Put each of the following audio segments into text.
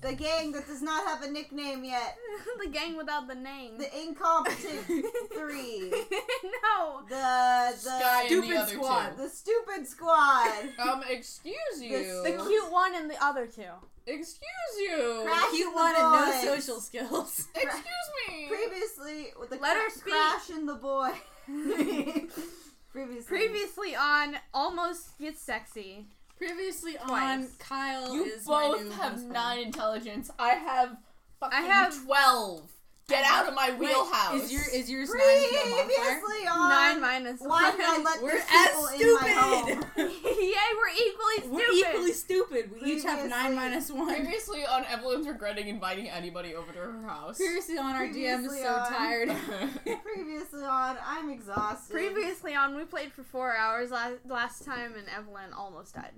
The gang that does not have a nickname yet. the gang without the name. The incompetent three. no. The Sky the and the Stupid other squad. the stupid squad. two. Um, excuse you. The cute one and the other two. excuse Oh, you. Crash Cute the one and no boys. social skills. excuse me. Previously, with the Let cra- her speak. crash in the boy. Previously. Previously on Almost Gets Sexy. Previously on Twice. Kyle you is my both new have husband. nine intelligence. I have fucking have- twelve. Get out of my Wait, wheelhouse. Is your is yours nine to a bonfire? Previously on. Nine minus why one. did I let We're these people as in my home? stupid. Yay, we're equally We're stupid. equally stupid. We each have Previously- nine minus one. Previously on Evelyn's regretting inviting anybody over to her house. Previously on our DM is Previously so on- tired. Previously on, I'm exhausted. Previously on, we played for four hours last, last time, and Evelyn almost died.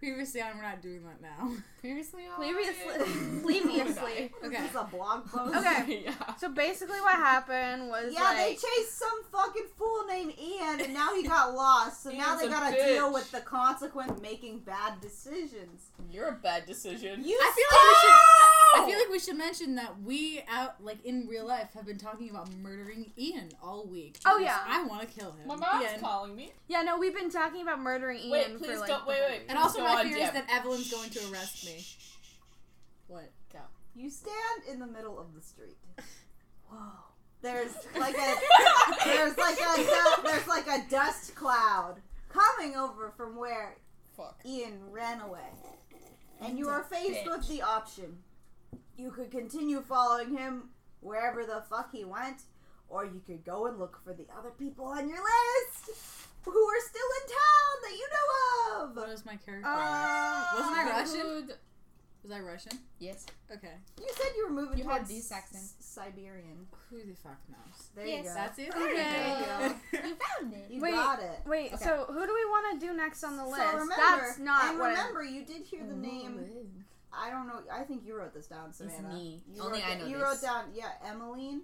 Previously on, we're not doing that now. previously on. Previously, Okay. previously. This Okay. is a blog post. Okay. yeah. So basically, what happened was Yeah, they like chased some fucking fool named Ian, and now he got lost. So now Ian's they a gotta bitch. deal with the consequent making bad decisions. You're a bad decision. You I feel suck! like we should. Oh! I feel like we should mention that we out like in real life have been talking about murdering Ian all week. Oh, because yeah. I want to kill him. my mom's Ian. calling me. yeah, no, we've been talking about murdering Ian Wait, please for like don't. the Wait, whole wait. week. And also Go my on, fear Deb. is that Evelyn's going to arrest me. What? Go. You stand in the middle of the street. Whoa. There's like a there's like a du- there's like a dust cloud coming over from where Fuck. Ian ran away. And you are faced Bitch. with the option. You could continue following him wherever the fuck he went, or you could go and look for the other people on your list who are still in town that you know of. What was my character? Uh, Wasn't I Russian? Good. was I Russian? Yes. Okay. You said you were moving You had towards this accent. S- Siberian. Who the fuck knows? There Yes. you go. That's it. There you Okay. found it. You Wait, got it. Wait, Okay. so who do we want to do next on the list? So remember, That's not and what. I- remember, you did hear the Um, name. I don't know. I think you wrote this down, Savannah. me. You Only wrote I da- know You this. wrote down, yeah, Emmeline,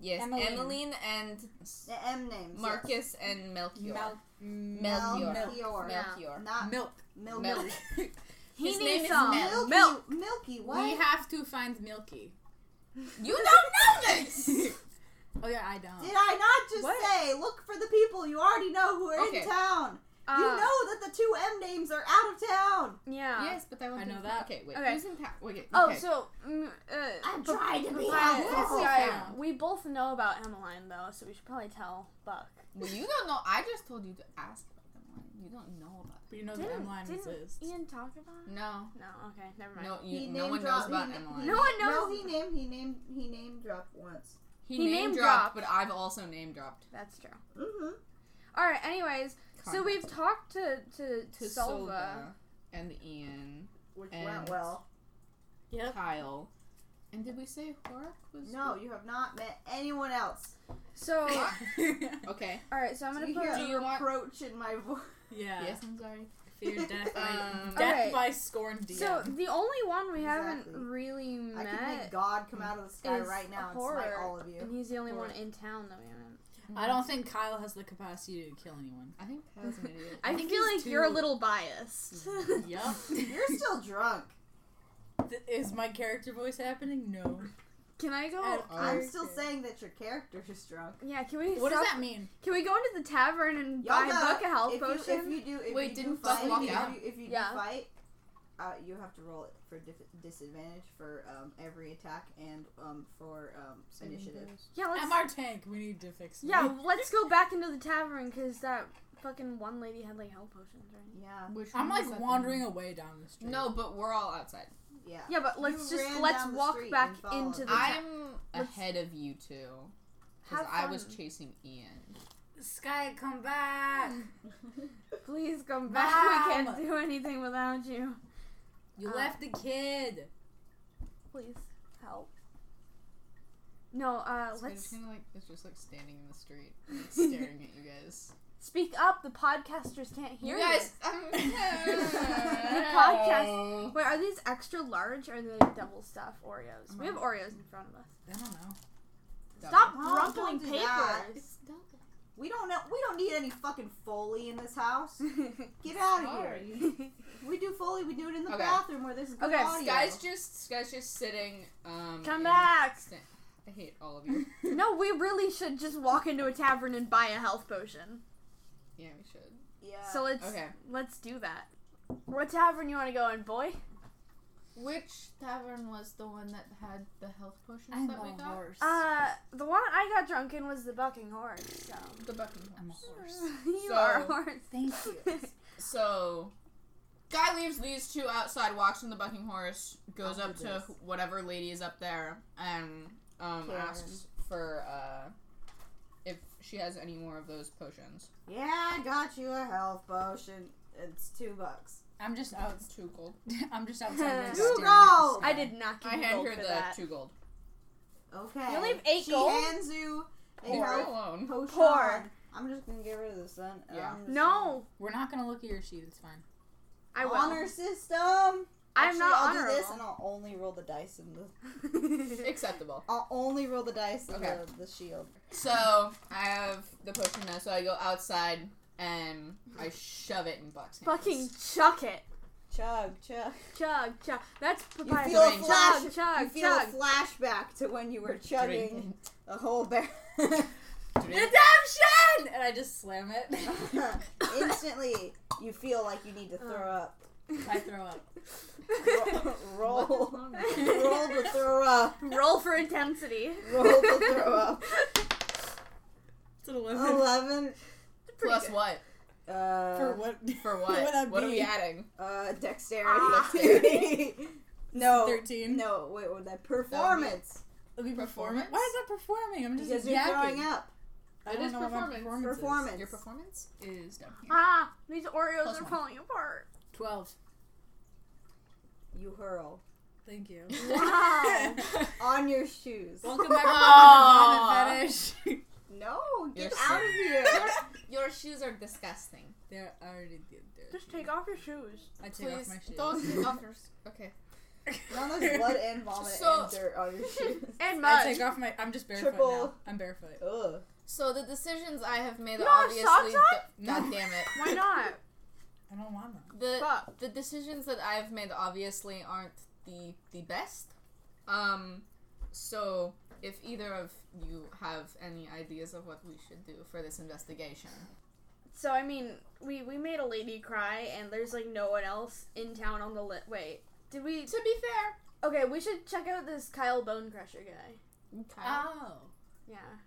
Yes, Emmeline. Emmeline, and the M names. yes. Marcus and Melchior. Mel- Mel- Melchior. Melchior. Melchior. Not Uh, Milk. Mil- Mel- Milky. he His name needs is some. Mel. Milky. Milk. Milky. What? We have to find Milky. You don't know this. Oh yeah, I don't. did I not just What? say look for the people you already know who are Okay. in town? Uh, you know that the two M names are out of town. Yeah. but that I know that. Okay, wait. Okay. Who's in pa- wait, okay. Oh, so mm, uh, I'm b- trying to be b- helpful. yeah, we both know about Emmeline though, so we should probably tell Buck. well, you don't know. I just told you to ask about them. Like, You don't know about But you know that Didn't, Emmeline didn't exists. Ian talk about? them. No, It? No. Okay. Never mind. no, you, He no one name knows dropped- about he- Emily. No one knows. No, he named. He named. He name dropped once. he, he name name dropped, dropped. but I've also name dropped. That's true. Mm-hmm. All right. Anyways, so Kinda. we've talked to to, to Solva. Solva and Ian, Which And- went well. Yep. Kyle, and did we say Horak was? No, you have not met anyone else. So Okay. all right. So I'm I'm gonna you put. hear Do the you want- reproach in my voice. yeah. Yes, I'm sorry. Fear death by Um, death Okay. by scorn DM. So the only one we Exactly. haven't really I met, can make God come out of the sky is right now and horror. smite all of you. and he's the only Or- one in town that we haven't. I don't think Kyle has the capacity to kill anyone. I think Kyle's an idiot. I, think feel he's like you're a too- little biased. Yup. You're still drunk. Th- Is my character voice happening? No. Can I go? Out of I'm character. still saying that your character is drunk. Yeah, can we? What does stop- that mean? Can we go into the tavern and Y'all buy know, Buck a health if potion? You, if you do, if Wait, you do didn't Buck fight, walk if out? You, if you Yeah. do fight, uh, you have to roll it for dif- disadvantage for um, every attack and um, for um, initiative. yeah, let's. I'm our tank. We need to fix it. yeah, let's go back into the tavern because that fucking one lady had like health potions, right? Yeah, Which I'm one was that like wandering away down the thing? street. No, but we're all outside. yeah. Yeah, but let's You just ran let's down the walk street back and followed into the. him. Ta- I'm Let's- ahead of you two because Have I was fun. chasing Ian. Sky, come back. Please come back. We Mom! can't do anything without you. You Uh, left the kid. Please help. No, uh, So it's let's kind of like it's just like standing in the street, like, staring at you guys. speak up. The podcasters can't hear you guys, um, podcast. Wait, are these extra large or are they devil stuff Oreos? we have Oreos in front of us. I don't know. Stop Mom, rumpling don't do papers. that. We don't know. We don't need any fucking foley in this house. Get out of here. We do foley. We do it in the Okay. bathroom where there's good Okay, audio. Sky's just Sky's just sitting. Um, Come in- back. sta- I hate all of you. No, we really should just walk into a tavern and buy a health potion. yeah, we should. yeah. So let's Okay. let's do that. What tavern you want to go in, boy? Which tavern was the one that had the health potions I'm that we a got? horse. Uh, the one I got drunk in was the Bucking Horse. So The Buckingham. I'm a horse. you So- are a horse. Thank you. So, guy leaves these two outside, walks in the bucking horse, goes I'll up do to this. wh- whatever lady is up there, and um, Karen. asks for uh, if she has any more of those potions. yeah, I got you a health potion. It's two bucks. I'm just out. It's two gold. I'm just outside. like, Two staring at the gold! sky. I did not give I you hand gold her for the that. two gold. Okay. You only have eight she gold? hands you a Leave her health alone. potion. Poor. I'm just gonna give her the sun. Yeah. No, We're not gonna look at your sheet. It's fine. I will. honor system. I'm Actually, not I'll honorable. do this, and I'll only roll the dice in the. Acceptable. I'll only roll the dice in Okay. the, the shield. So I have the potion now. So I go outside and I shove it in Buck's hands. Fucking chuck it. Chug, chug. Chug, chug. That's papaya. feel a pudding. flash- Chug, chug, you feel chug. a flashback to when you were chugging Drink. a whole bear. Drink. Redemption! And I just slam it. Instantly, you feel like you need to throw Uh. up. I throw up. Ro- roll, wrong roll to throw up. Roll for intensity. Roll to throw up. It's an eleven. Eleven. Plus what? Uh, For what? For what? What I'm What, are we being. adding? uh, dexterity. Ah. dexterity. no, Thirteen. no. Wait, what was that performance? It'll be Performance? performance. Why is that performing? I'm just Because you're yakking. throwing up. I It don't is know what my performance. performance. is. Performance. Your performance is down here. Ah, these Oreos Plus are one. falling apart. Twelve. You hurl Thank you. Wow. on your shoes. Welcome back to Oh. Mom and Fetish. No, get You're out of here. Your shoes are disgusting. They're already did there. Just take off your shoes. I take Please off my shoes. don't take off your. s- Okay. Now there's blood and vomit So- and dirt on your shoes. And I mud. take off my. I'm just barefoot Triple- now. I'm barefoot. Ugh. So the decisions I have made You are don't have obviously. socks go- God damn it. Why not? I don't want them. The Fuck. the decisions that I've made obviously aren't the the best. Um, so if either of you have any ideas of what we should do for this investigation, So I mean, we we made a lady cry, and there's like no one else in town on the lit. Wait, did we? to be fair, Okay, we should check out this Kyle Bone Crusher guy. Kyle, Oh, Yeah.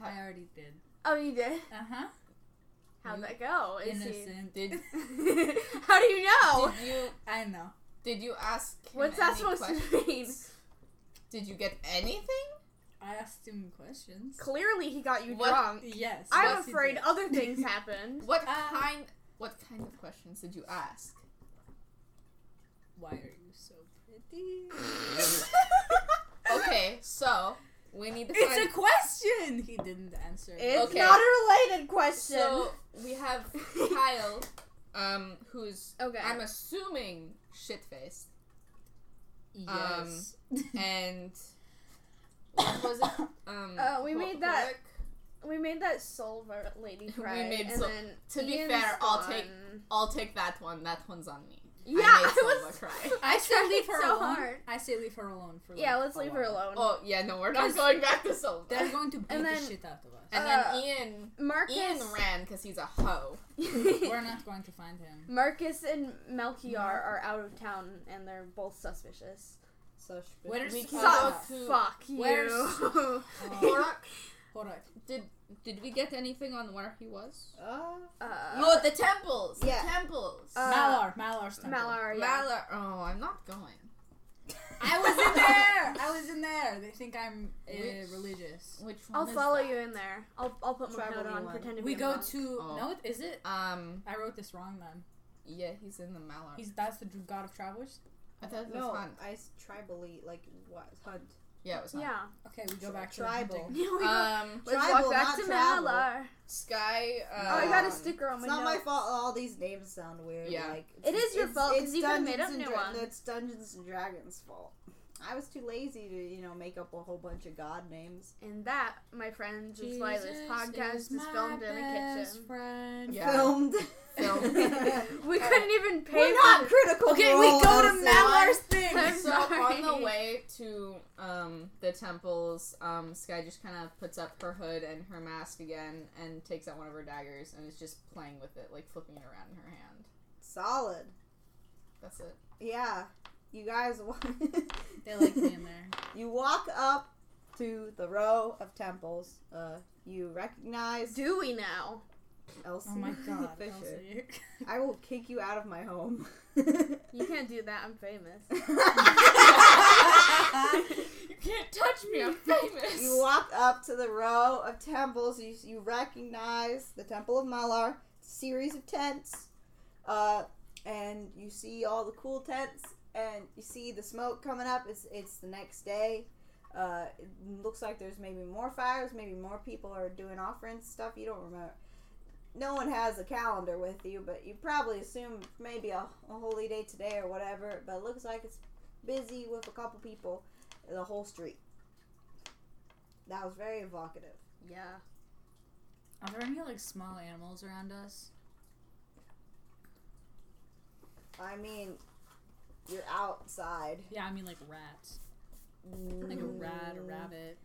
I already did. Oh, you did. Uh huh. How'd that go? Is he- Innocent. did How do you know? did you I know. did you ask? Him What's that any supposed to questions? mean? Did you get anything? I asked him questions. Clearly, he got you What? drunk. Yes. I'm yes, he afraid did. other things happened. What Uh, kind what kind of questions did you ask? Why are you so pretty? Okay, so we need to find. It's a question. He didn't answer. It's um, Okay. not a related question. so we have Kyle, um, who's Okay. I'm assuming shit faced. yes. And what was it? Um, Uh, we Ho- made that- Horik? we made that Solver lady cry. made and Sol- then to be Ian's fair, I'll gone. take- I'll take that one. That one's on me. Yeah, I made I Silva was. cry. I say tried leave her so alone. hard. I say leave her alone for. Like, Yeah, let's a leave her while. alone. Oh yeah, no, we're not going back to Silva. They're going to beat then- the shit out of us. and Uh, then Ian, Marcus. Ian ran because he's a hoe. We're not going to find him. Marcus and Melchior are out of town, and they're both suspicious. So should- What are We we can so go to- fuck Where's- you. Horak, Hold on. did did we get anything on where he was? Uh, uh, Oh, the temples. yeah. The temples. Uh, Malar, Malar's temple. Malar. Yeah. Malar. Oh, I'm not going. I was in there. I was in there. They think I'm uh, Which- religious. Which one? I'll is follow that? you in there. I'll I'll put my Travel coat you on, want. pretend to be We a go monk. to Oh. no. Is it? Um. I wrote this wrong then. Yeah, he's in the Malar. He's that's the god of travelers. I thought it was no, Hunt. I s- tribally like what hunt. Yeah, it was Hunt. Yeah. Okay, we go back to Tribal. The hunting. Yeah, we go- Um, Let's Uh, Tribal, walk back not to travel. Malar. Sky. Um, oh, I got a sticker on It's my not my note. fault. All these names sound weird. Yeah. Like It is your fault, 'cause you could've made Dungeons up and new Dra- ones. It's Dungeons and Dragons' fault. I was too lazy to, you know, make up a whole bunch of god names. And that, my friends, is why this podcast is, filmed in a kitchen. Friend. Yeah. Filmed. Filmed. We couldn't even pay We're for not the- critical. Okay, we Role, go to Elsa. Mallar's thing. I'm so on sorry. the way to um, the temples, um, Sky just kind of puts up her hood and her mask again and takes out one of her daggers and is just playing with it, like flipping it around in her hand. Solid. That's it. Yeah. You guys wa- They like me in there. You walk up to the row of temples. Uh, you recognize Do we now? Elsie Oh my god. Fisher. Elsie. I will kick you out of my home. You can't do that. I'm famous. You can't touch me. I'm famous. you walk up to the row of temples. You, you recognize the Temple of Malar, series of tents, uh, and you see all the cool tents, and you see the smoke coming up. It's it's the next day. Uh, it looks like there's maybe more fires. Maybe more people are doing offerings stuff. You don't remember. No one has a calendar with you, but you probably assume maybe a, a holy day today or whatever. But it looks like it's busy with a couple people, the whole street. That was very evocative. Yeah. Are there any like small animals around us? I mean, you're outside. Yeah, I mean like rats. Like a rat, a rabbit.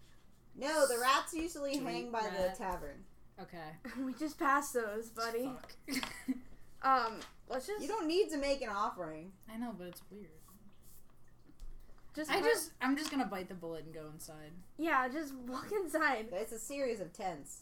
No, the rats usually Street hang by the rat. tavern. Okay. We just passed those, buddy. Fuck. Um, let's just. You don't need to make an offering. I know, but it's weird. just I put- just I'm just gonna bite the bullet and go inside. Yeah, just walk inside. It's a series of tents.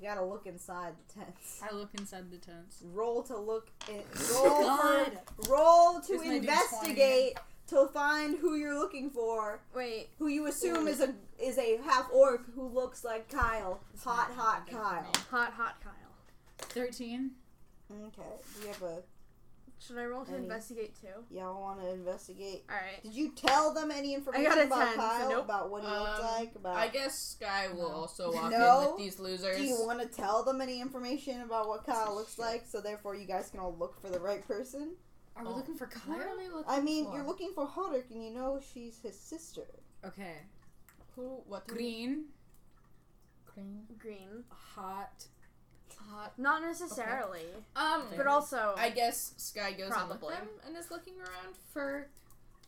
You gotta look inside the tents. I look inside the tents. Roll to look. In, roll for, God. roll to Here's my dude's investigate to find who you're looking for. Wait. Who you assume is a is a half orc who looks like Kyle. Hot, hot Kyle. Hot, hot Kyle. Thirteen. Okay. Do you have a? Should I roll to Any- investigate too? Y'all want to investigate? Alright. Did you tell them any information 10, about so Kyle? nope. About what he looked Um, like? About I guess Sky will No. also walk in No? with these losers. do you want to tell them any information about what Kyle looks like? So therefore, you guys can all look for the right person. Are Oh. we looking for What are Kyle? we looking I mean, for? you're looking for Hodrick, and you know she's his sister. Okay. Who? What? do we- Green, Green. Green. hot. Hot. Not necessarily, Um. but also. I guess Sky goes on with Probably. them and is looking around for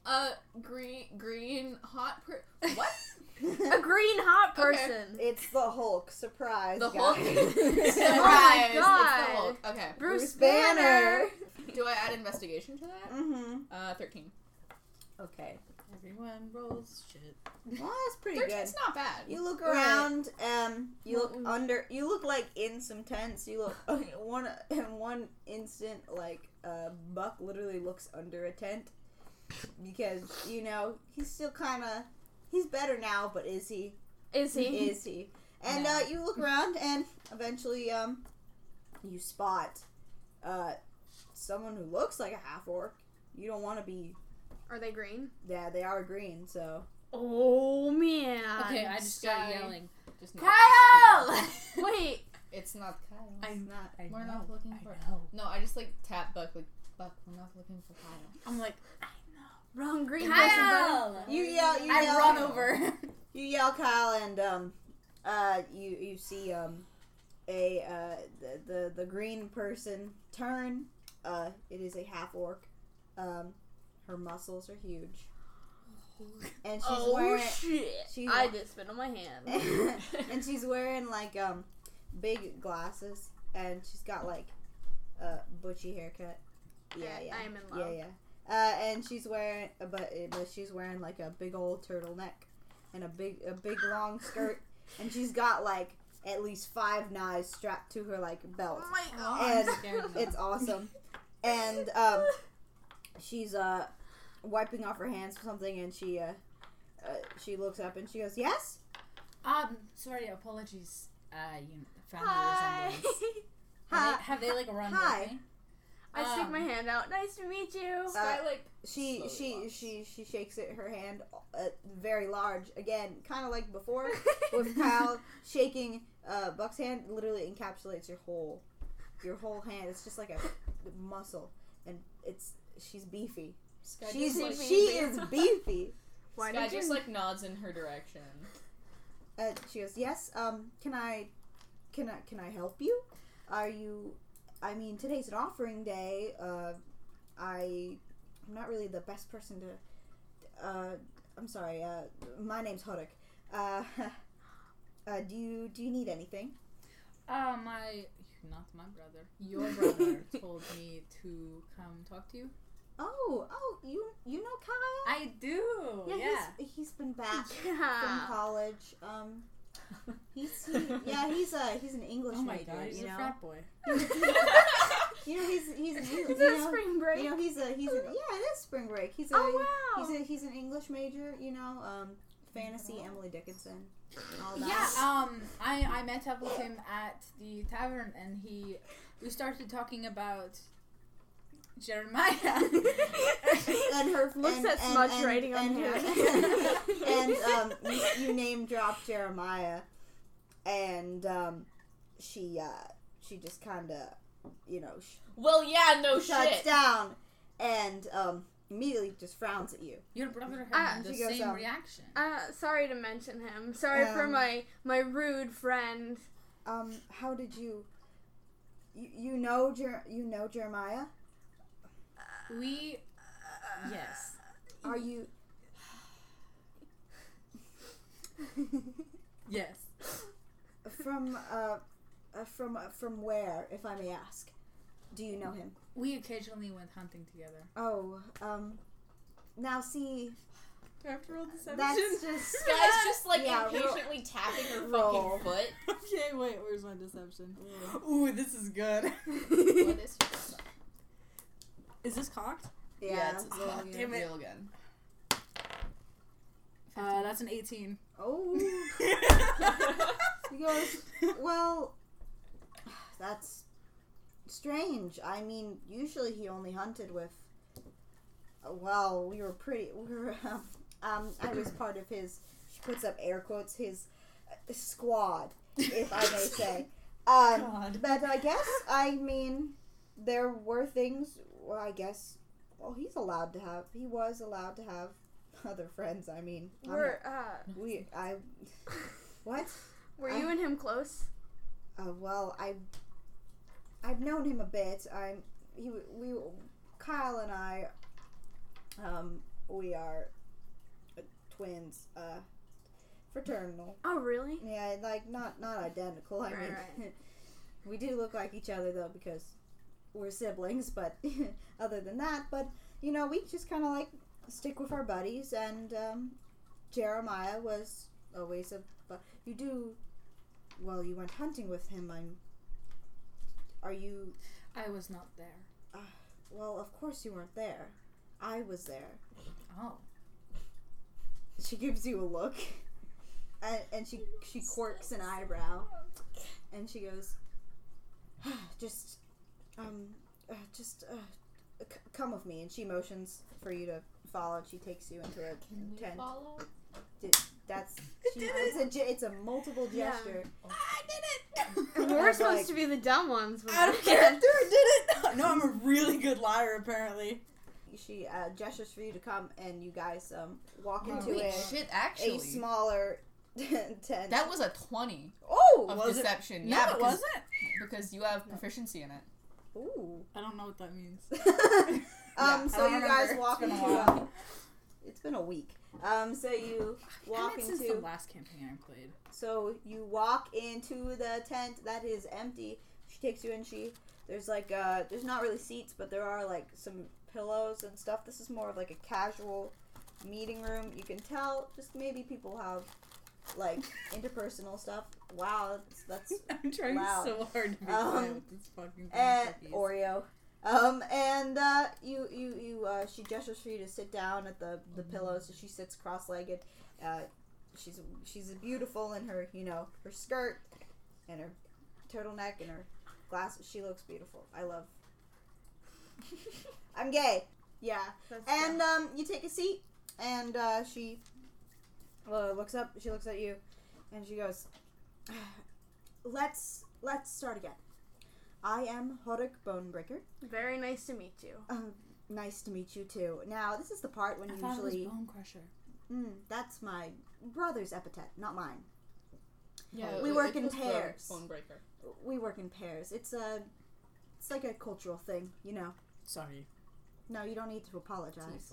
a green, green, hot per- What? a green hot Okay. person. it's the Hulk. Surprise, the Hulk? Oh guys. Surprise! my It's the God. Hulk. Okay. Bruce, Banner. Do I add investigation to that? mm-hmm. Uh, 13. Okay. Everyone rolls shit. Well, that's pretty good. 13's not bad. You look Right. around. Um, you look Mm-mm. under. You look like in some tents. You look one in one instant like uh, Buck literally looks under a tent because you know he's still kind of he's better now, but is he? Is he? Is he? And No. uh, you look around, and eventually, um, you spot uh someone who looks like a half orc. You don't want to be. Are they green? Yeah, they are green, so Oh man. Okay, I just Sky. start yelling. Just not- Kyle! Wait. It's not Kyle. I, it's not. I We're know, not looking I for- know. no, I just like tap Buck like Buck. We're not looking for Kyle. I'm like Wrong green You yell. You I yell. run over. You yell, Kyle, and um, uh, you you see um, a uh, the, the the green person turn. Uh, it is a half orc. Um, her muscles are huge, and she's oh wearing shit! she's I wa- just spit on my hand. and she's wearing like um, big glasses, and she's got like a butchy haircut. Yeah, I- yeah, I am in yeah, love. yeah. Uh, and she's wearing, uh, but but she's wearing like a big old turtleneck and a big a big long skirt, and she's got like at least five knives strapped to her like belt. Oh my And scared now. it's awesome. And um, she's uh wiping off her hands for something, and she uh, uh she looks up and she goes, "Yes." Um, sorry, apologies. Uh, you found Hi. the resemblance. Hi. Have they, have they like run Hi. with me? I stick Um, my hand out. Nice to meet you. Uh, Sky like She slowly she walks. she she shakes it her hand uh, very large again, kind of like before with Kyle shaking uh, Buck's hand. Literally encapsulates your whole your whole hand. It's just like a muscle, and it's she's beefy. Sky She's just, like, she is beefy. Why Sky did you- just like nods in her direction. Uh, she goes, "Yes. Um, can I, can I, can I help you? Are you? I mean, today's an offering day. Uh, I, I'm not really the best person to. Uh, I'm sorry. Uh, my name's Hodok. Uh, uh, do you do you need anything? Uh, my not my brother. Your brother told me to come talk to you. Oh, oh, you you know Kyle? I do. Yeah. He's, he's been back from Yeah. college. Um, he's he, yeah, he's a he's an English Oh my major. god, he's you a know, frat boy. you know he's he's an English. Is you that know, spring break? You know, he's a he's a yeah, it is spring break. He's a oh wow! he's a he's an English major. You know, um, fantasy Oh, Emily Dickinson, and all that. Yeah, um, I, I met up with him at the tavern and he, we started talking about Jeremiah. and her um, Looks and, at and, smudge and, writing on and here. her- and um, you, you name drop Jeremiah, and um, she uh, she just kind of you know sh- Well, yeah, Oh, no shuts shit. down and um, immediately just frowns at you. Your brother Ah, had the she goes, same um, reaction. Uh, sorry to mention him. Sorry for Um, my my rude friend. Um, how did you? You, you know Jer- you know Jeremiah? We, yes. Are you? Yes. from uh, uh from uh, from where, if I may ask, do you know him? We occasionally went hunting together. Oh, um, now see, Do I have to roll deception? that's just Sky's just like Yeah, roll- impatiently tapping her roll. fucking foot. okay, wait, where's my deception? Ooh, this is good. What is is this cocked? yeah. it's, it's Oh, a damn it. real gun. Uh, that's an 18. Oh, he goes. Well, that's strange. I mean, usually he only hunted with. uh, Well, we were pretty. We were. Um, um, I was part of his. She puts up air quotes. His uh, squad, if I may say. Um, God. But I guess I mean there were things. Well, I guess. Well, he's allowed to have. He was allowed to have other friends. I mean, I'm Were uh, not- we. I. What? were I- you and him close? Uh, well, I. I've known him a bit. I'm. He. w- We. Kyle and I. Um. We are. uh, Twins. Uh. Fraternal. Oh really? Yeah, like not not identical. I Right, mean, right. we do look like each other though because we're siblings. But other than that, but you know, we just kind of like stick with our buddies. And um, Jeremiah was always a. bu- You do well. You went hunting with him. I'm. Are you? I was not there. Well, of course you weren't there. I was there. Oh. She gives you a look, and, and she she quirks an eyebrow, and she goes, "Ah, "Just, um, uh, just uh, c- come with me." And she motions for you to follow. And she takes you into a tent. Follow. That's she, it's a ge- it's a multiple Yeah. gesture. I did it! I We're was supposed like- to be the dumb ones. Out of character, I did it! No, I'm a really good liar, apparently. She uh, gestures for you to come, and you guys um walk Oh, into Wait, a, shit, a actually. smaller tent. that was a 20 oh of Was it- deception. No, yeah, it because, wasn't. because you have proficiency in it. ooh. I don't know what that means. um, Yeah, so I you remember. guys It's walk been a into. while. It's been a week. Um, so you walk Walking since the into. last campaign I played. So you walk into the tent that is empty. She takes you in. She there's like uh there's not really seats, but there are like some pillows and stuff. This is more of like a casual meeting room. You can tell just maybe people have like interpersonal stuff. Wow, that's, that's I'm trying Wow. so hard to be Um, eh, quiet with this fucking thing. and cookies. Oreo. Um, and uh, you, you, you. Uh, she gestures for you to sit down at the the pillow, so she sits cross-legged. Uh, she's she's beautiful in her you know her skirt and her turtleneck and her glasses. She looks beautiful. I love. I'm gay. Yeah. And um, you take a seat, and uh, she uh, looks up. She looks at you, and she goes, "Let's let's start again. I am Horik Bonebreaker. very nice to meet you. Um, Nice to meet you too. Now, this is the part when I thought it was usually. Bone Crusher. Mm, that's my brother's epithet, not mine. Yeah. We Oh, it- work it in was the pairs. Bone breaker. We work in pairs. It's a. It's like a cultural thing, you know. Sorry. No, you don't need to apologize.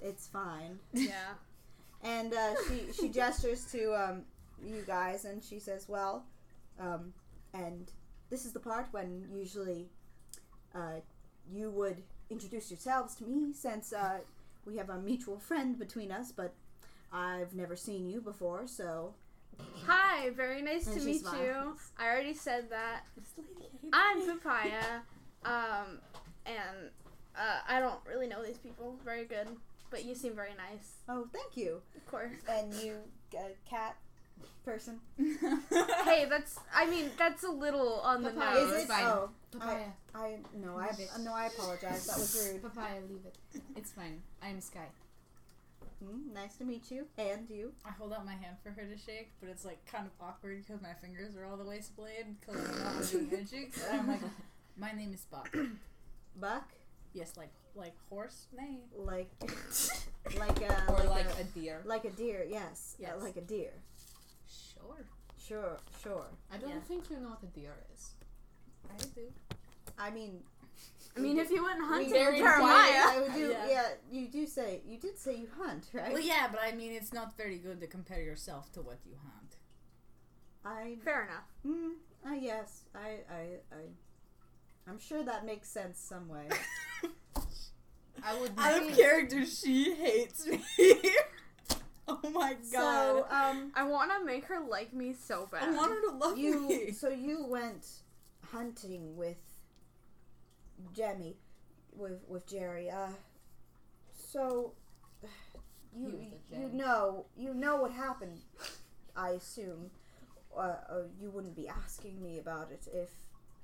It's fine. Yeah. And uh, she she gestures to um, you guys, and she says, "Well," um, and this is the part when usually uh, you would introduce yourselves to me, since uh, we have a mutual friend between us. But I've never seen you before, so Hi, very nice And to she meet you. smiles. I already said that. I'm Papaya. Um, and uh, I don't really know these people very good, but you seem very nice, oh, thank you. of course. And you, uh, cat person, hey, that's. I mean, that's a little on the Papaya. nose. is it's it? fine. Oh, Papaya. I no, I Leave it. no, I apologize. That was rude. Papaya, leave it. It's fine. I'm Sky. Mm, nice to meet you, and you. I hold out my hand for her to shake, but it's like kind of awkward because my fingers are all the way splayed because I'm not doing magic. And I'm like, my name is Buck. Buck, Yes, like like horse name. like, like a Or like like a- a deer. Like a deer, yes. Uh, Yes. like a deer. Sure, Sure, sure. I don't Yeah. think you know what a deer is. I do. I mean, I mean, if you wouldn't hunt we- him, very Jeremiah. I would do, yeah. Yeah. you do say you did say you hunt, right? Well, yeah, but I mean, it's not very good to compare yourself to what you hunt. I Fair enough. mm, uh, yes, I, I I I'm sure that makes sense some way. I would. character, she hates me. oh my so um, I want to make her like me so bad. her to love you so you went hunting with Jemmy, with with Jerry. Uh, so He you was a you Jem. know you know what happened. I assume uh, uh, you wouldn't be asking me about it if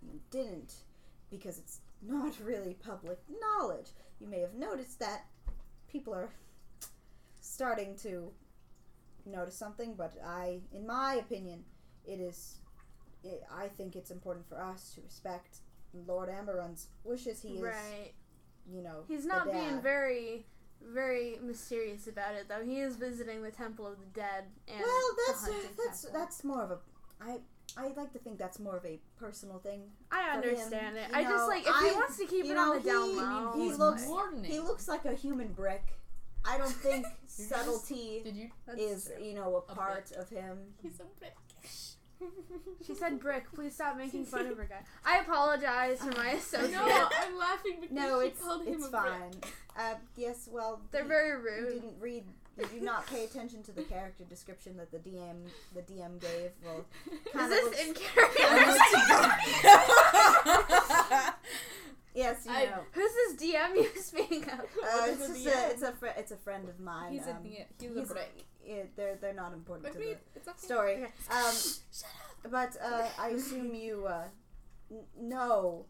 you didn't, because it's not really public knowledge. You may have noticed that people are starting to notice something, but I, in my opinion, it is. It, I think it's important for us to respect Lord Amaran's wishes. He is, right. you know, He's the not being dad. very, very mysterious about it, though. He is visiting the Temple of the Dead and well, that's the hunting that's temple. that's more of a. I I like to think that's more of a personal thing. I for him. understand it. You I just know, like if I- he wants to keep you it know, on the down he- low. he like, looks- warning. He looks like a human brick. I don't think subtlety Did you? that's- is you know a A part of him. He's a brick. She said brick. Please stop making fun of her guy. I apologize for my associates. No, I'm laughing because No, she it's called him it's a brick. fine. Uh, yes, well, They're you- very You rude. didn't read. You did not pay attention to the character description that the DM the DM gave. Well, Is kinda looks- this in character? yes, you I- know. Who's this DM you speak of? Uh, What is it's, just a DM? a, it's a fri it's a friend of mine. He's um, a deer. He's, he's a brick. yeah, they're they're not important But to wait, the it's okay. story. Okay. Um, But uh, I assume you uh, n- know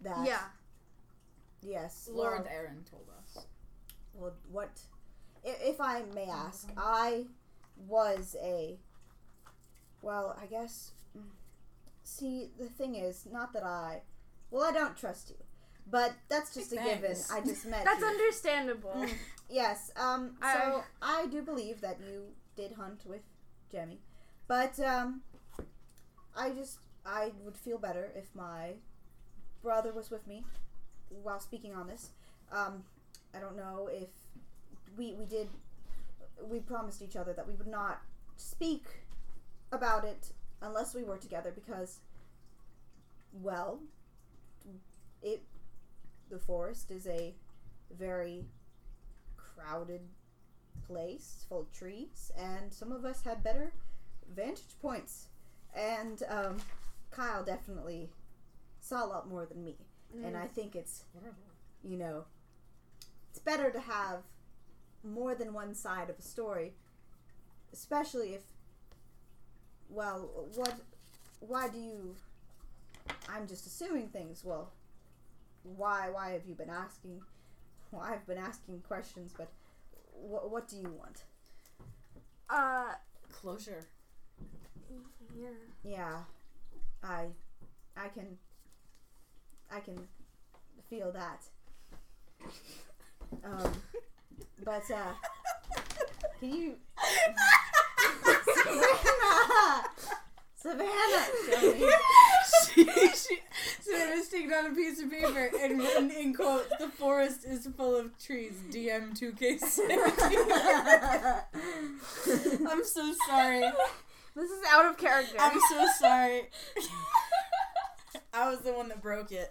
that. Yeah. Yes. Lord Well, Aaron told us. well, what? i- If I may ask, I was a. Well, I guess. mm, See, the thing is, not that I. Well, I don't trust you, but that's just a given. Thanks. I just met That's you. understandable. Mm. Yes. Um. I- So I do believe that you did hunt with Jemmy, but um, I just I would feel better if my brother was with me while speaking on this. Um, I don't know if we we did we promised each other that we would not speak about it unless we were together because well it the forest is a very crowded place full of trees, and some of us had better vantage points. And um, Kyle definitely saw a lot more than me, and Mm. I think it's you know it's better to have more than one side of a story, especially if well, what why do you I'm just assuming things. Well, why why have you been asking well, I've been asking questions, but wh- what do you want? Uh, Closure. yeah. Yeah, I, I can, I can feel that. Um, but uh, can you, Savannah? Savannah, show me. she, she, Sarah's taken out a piece of paper and written in quotes, the forest is full of trees, DM 2K17. I'm so sorry. This is out of character. I'm so sorry. I was the one that broke it.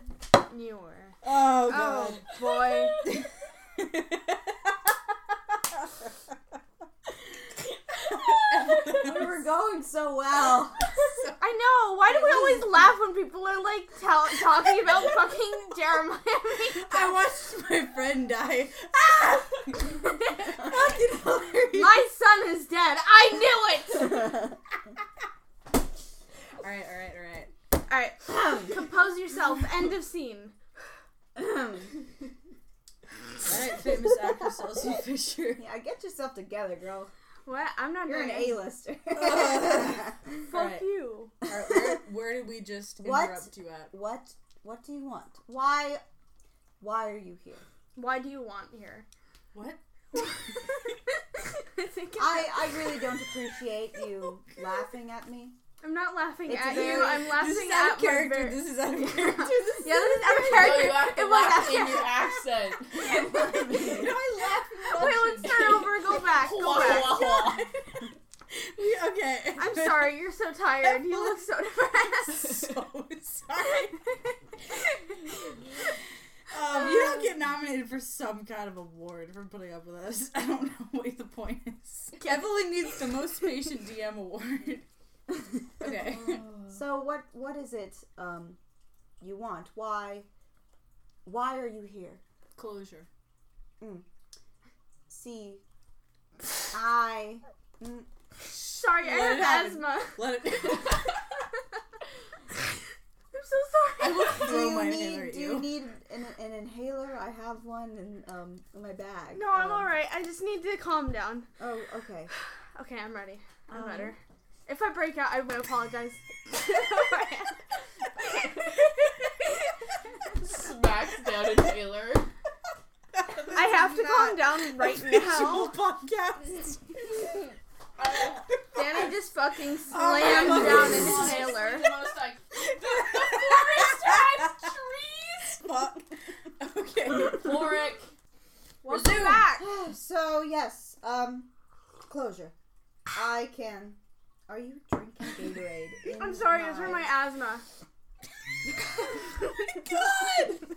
you were. Oh, God. Oh boy. we were going so well. I know. Why do we always laugh when people are like tell talking about fucking Jeremiah? I watched my friend die. Ah! Fucking hilarious. My son is dead. I knew it. all right, all right, all right. All right. Compose yourself. End of scene. All right, famous actress Elsie Fisher. yeah, get yourself together, girl. What? I'm not You're an doing it. A-lister. All Fuck right, you. all right where, where did we just What? interrupt you at? what? What do you want? Why? Why are you here? Why do you want here? What? I think I I really don't appreciate you laughing at me. I'm not laughing It's at very- you. I'm laughing This is at out my of character. ver- This is out of character. This is yeah, this is out of No, character. you have to it was laugh out in of your accent. character. Wait, let's start over. Go back. Go back. We- okay. I'm sorry. You're so tired. You look so depressed. so sorry. Um, you don't get nominated for some kind of award for putting up with us. I don't know what the point is. Evelyn needs the most patient DM award. Okay. Oh. So what what is it um you want? Why why are you here? Closure. See I mm, sorry, I Let have it happen. asthma. Let it. I'm so I sorry. will do throw you my need inhaler at do you you. need an, an inhaler? I have one in um in my bag. No, Um, I'm alright. I just need to calm down. Oh, okay. Okay, I'm ready. I'm Um, better. If I break out, I will apologize. Smacks down a Taylor. I have to calm down right now. podcast. Uh, Danny just fucking Oh my slammed fucking down an God. inhaler. The most, like, Fuck. Okay. Warwick. Welcome back. So yes, um closure. I can Are you drinking Gatorade? in I'm sorry, it's for my asthma. God! The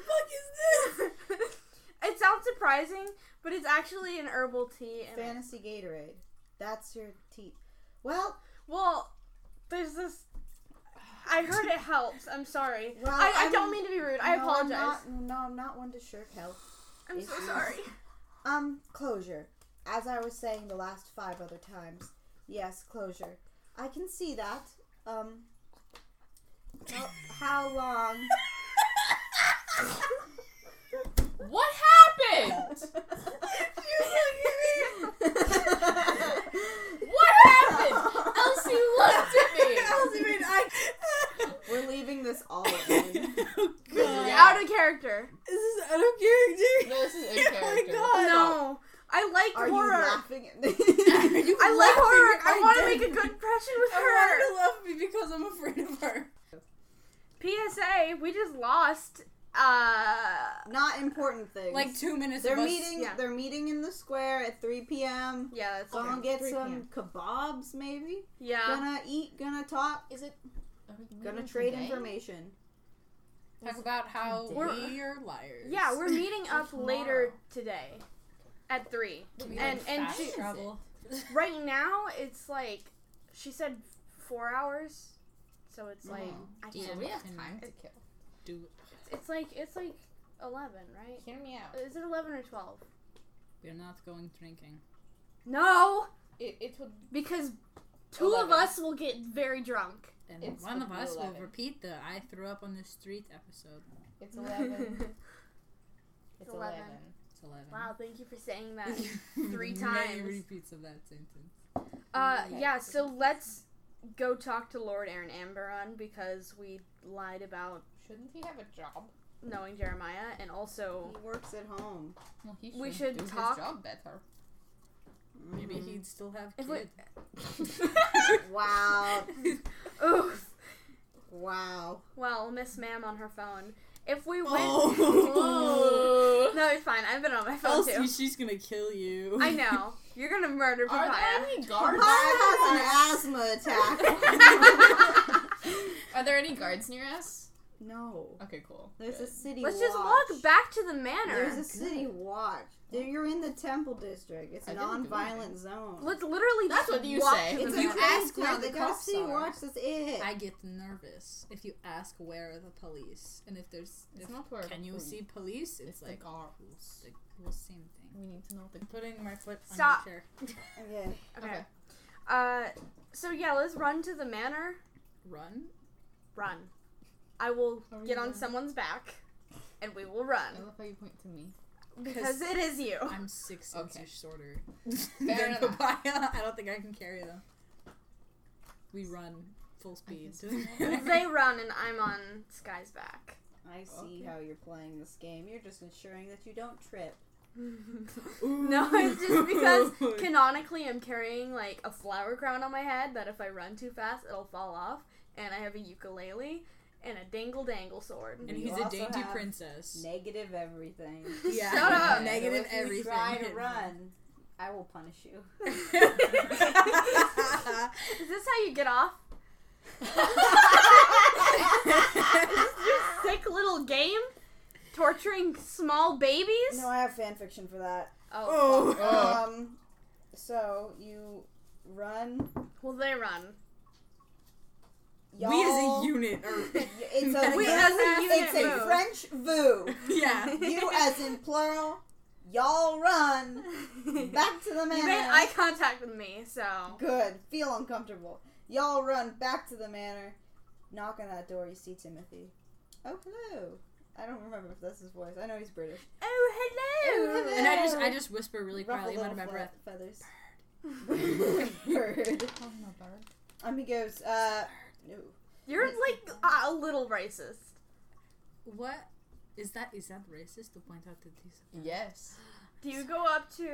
fuck is this? It sounds surprising, but it's actually an herbal tea. And fantasy Gatorade. That's your tea. Well, well, there's this. I heard it helps. I'm sorry. Well, I, I I'm- don't mean to be rude. I no, apologize. I'm not, no, I'm not one to shirk help. I'm so sorry. Um, closure. As I was saying the last five other times, yes, closure. I can see that. Um, how, how long? What happened? What happened? Elsie looked at me. Elsie made eye- We're leaving this all in. Oh god. Out of character. This is out of character. No, this is in Oh my character. god. No, I like Are you horror. laughing at me? Are you I like laughing horror. at I my want to death? make a good impression with I her. want her to love me because I'm afraid of her. PSA: We just lost. Uh, Not important things. Like two minutes they're of us- meeting. yeah. They're meeting in the square at 3 p.m. yeah, that's Gonna okay. get 3 some kebabs, maybe. Yeah, Gonna eat. Gonna talk. Is it? are we Gonna meeting trade today? information. Talk about how We're- we are liars. yeah, we're meeting up tomorrow. later today, at three. We And like and fast she, travel. right now it's like she said four hours, so it's like I So can't. we have time to kill. Do It's like it's like eleven, right? Hear me out. Is it eleven or twelve? we're not going drinking. No, It, it would. because two of 11. us will get very drunk. And It's one of gonna be us will 11. repeat the I threw up on the street episode. It's eleven. It's Eleven. eleven. It's eleven. Wow, thank you for saying that. Three times. repeats of that sentence. Uh, Okay. yeah, so let's go talk to Lord Aaron Amberon because we lied about. Shouldn't he have a job? knowing Jeremiah, and also He works at home. Well, he We should do talk- his job better. Mm-hmm. Maybe Mm-hmm. he'd still have if we, kids. Wow. oof. Wow. Well, Miss Ma'am on her phone. If we went, Oh. no, it's fine. I've been on my phone Elsie, too. she's gonna kill you. I know you're gonna murder Are Papaya. there any Papaya guards? has an asthma attack. Are there any guards near us? no. Okay, cool. There's a Good. city Let's watch. just walk back to the manor. There's a city watch. Dude, You're in the temple district. It's I a didn't do non-violent zone. Let's literally That's just what you walk say. to the It's you an manor. ask ask where where the the cops city are. watch. That's it. I get nervous if you ask where are the police, and if there's It's if, not where can the you police- see police? It's, It's the like guards. the well, same thing. We need to know the. I'm putting my foot Stop. on your chair. Okay. Okay. Okay. Uh, so yeah, let's run to the manor. Run. Run. I will Are we get on running? someone's back, and we will I run love how you point to me. because it is you. I'm six Okay. inches shorter than enough. papaya. I don't think I can carry them. We run full speed. guess to the so. manor. they run, and I'm on Sky's back. I see Okay. how you're playing this game. You're just ensuring that you don't trip. no, it's just because canonically I'm carrying like a flower crown on my head that if I run too fast it'll fall off, and I have a ukulele and a dangle dangle sword. and You he's a also dainty have princess. Negative everything. Shut up. Negative so if everything. You try to run. I will punish you. Is this how you get off? Your sick little game, torturing small babies. No, I have fan fiction for that. oh, oh. Um, so you run. well they run. Y'all, We as a unit are. It's a, We as a it's unit a move. French vu. yeah. You as in plural. Y'all run you made back to the manor. eye contact with me, so Good. Feel uncomfortable. Y'all run back to the manor. Knock on that door. You see Timothy. Oh, hello. I don't remember if that's his voice. I know he's British. oh hello. And I just I just whisper really Ruffle quietly under little my breath. fe- feathers. Bird. Call him a bird. Um, he goes, uh, no. You're like a little racist. What is that? Is that racist to point out that he's? Yes. Do you go up to?